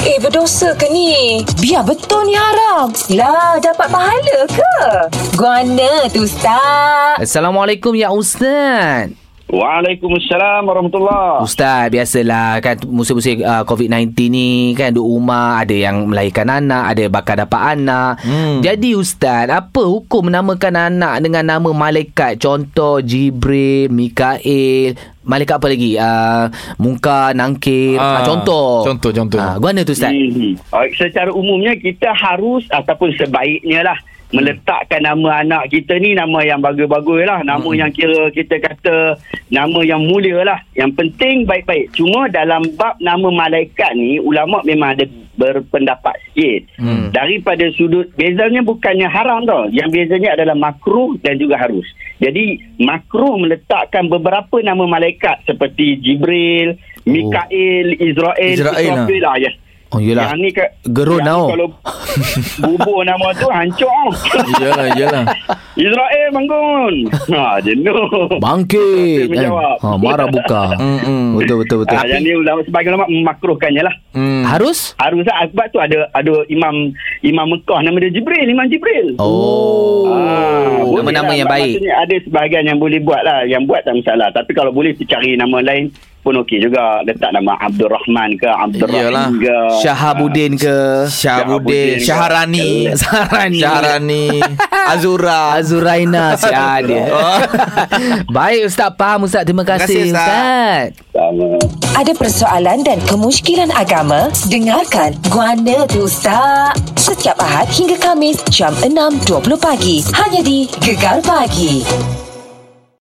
Eh, berdosa ke ni? Biar betul ni haram. Lah, dapat pahala ke? Guana tu, Ustaz. Assalamualaikum ya Ustaz. Waalaikumsalam warahmatullahi Ustaz biasalah kan musim-musim uh, COVID-19 ni kan duduk rumah ada yang melahirkan anak, ada bakal dapat anak. Hmm. Jadi Ustaz, apa hukum menamakan anak dengan nama malaikat? Contoh Jibril, Mikail, malaikat apa lagi? Uh, Mungkar, Nangkir. Uh, Ah, contoh. contoh, contoh. Uh, guana tu Ustaz. Hmm. Uh, secara umumnya kita harus ataupun sebaiknya lah meletakkan nama anak kita ni nama yang bagus-bagus lah nama hmm. yang kira kita kata nama yang mulia lah yang penting baik-baik cuma dalam bab nama malaikat ni ulama memang ada berpendapat sikit hmm. daripada sudut bezanya bukannya haram tau yang bezanya adalah makruh dan juga harus jadi makruh meletakkan beberapa nama malaikat seperti Jibril Mikail Oh. Israel Israel lah. Israfil lah yes. Oh yelah. Yang ni ke, Gerun yang tau. ni Kalau bubur nama tu hancur. Iyalah, iyalah. Israel bangun. Ha, jenuh. Bangkit. Dia menjawab. ha, marah buka. Mm-mm. betul betul betul. Ha, yang ni ulama sebagai ulama memakruhkannya lah. Hmm. Harus? Harus lah sebab tu ada ada imam imam Mekah nama dia Jibril, imam Jibril. Oh. Ah, boleh Nama-nama lah. yang Sebab baik. Maksudnya ada sebahagian yang boleh buat lah. Yang buat tak masalah. Tapi kalau boleh tu cari nama lain pun okey juga. Letak nama Abdul Rahman ke Abdul Iyalah. Rahim ke. Ah, Syahabuddin ke Syahabudin, Syaharani, Syaharani. Syaharani, Azura. Azuraina si dia. Oh. Baik Ustaz faham Ustaz Terima kasih, Terima kasih, Ustaz. Ustaz. Sama. Ada persoalan dan kemusykilan agama? Dengarkan Guana tu, Ustaz. Setiap Ahad hingga Kamis, jam 6.20 pagi. Hanya di Gegar Pagi.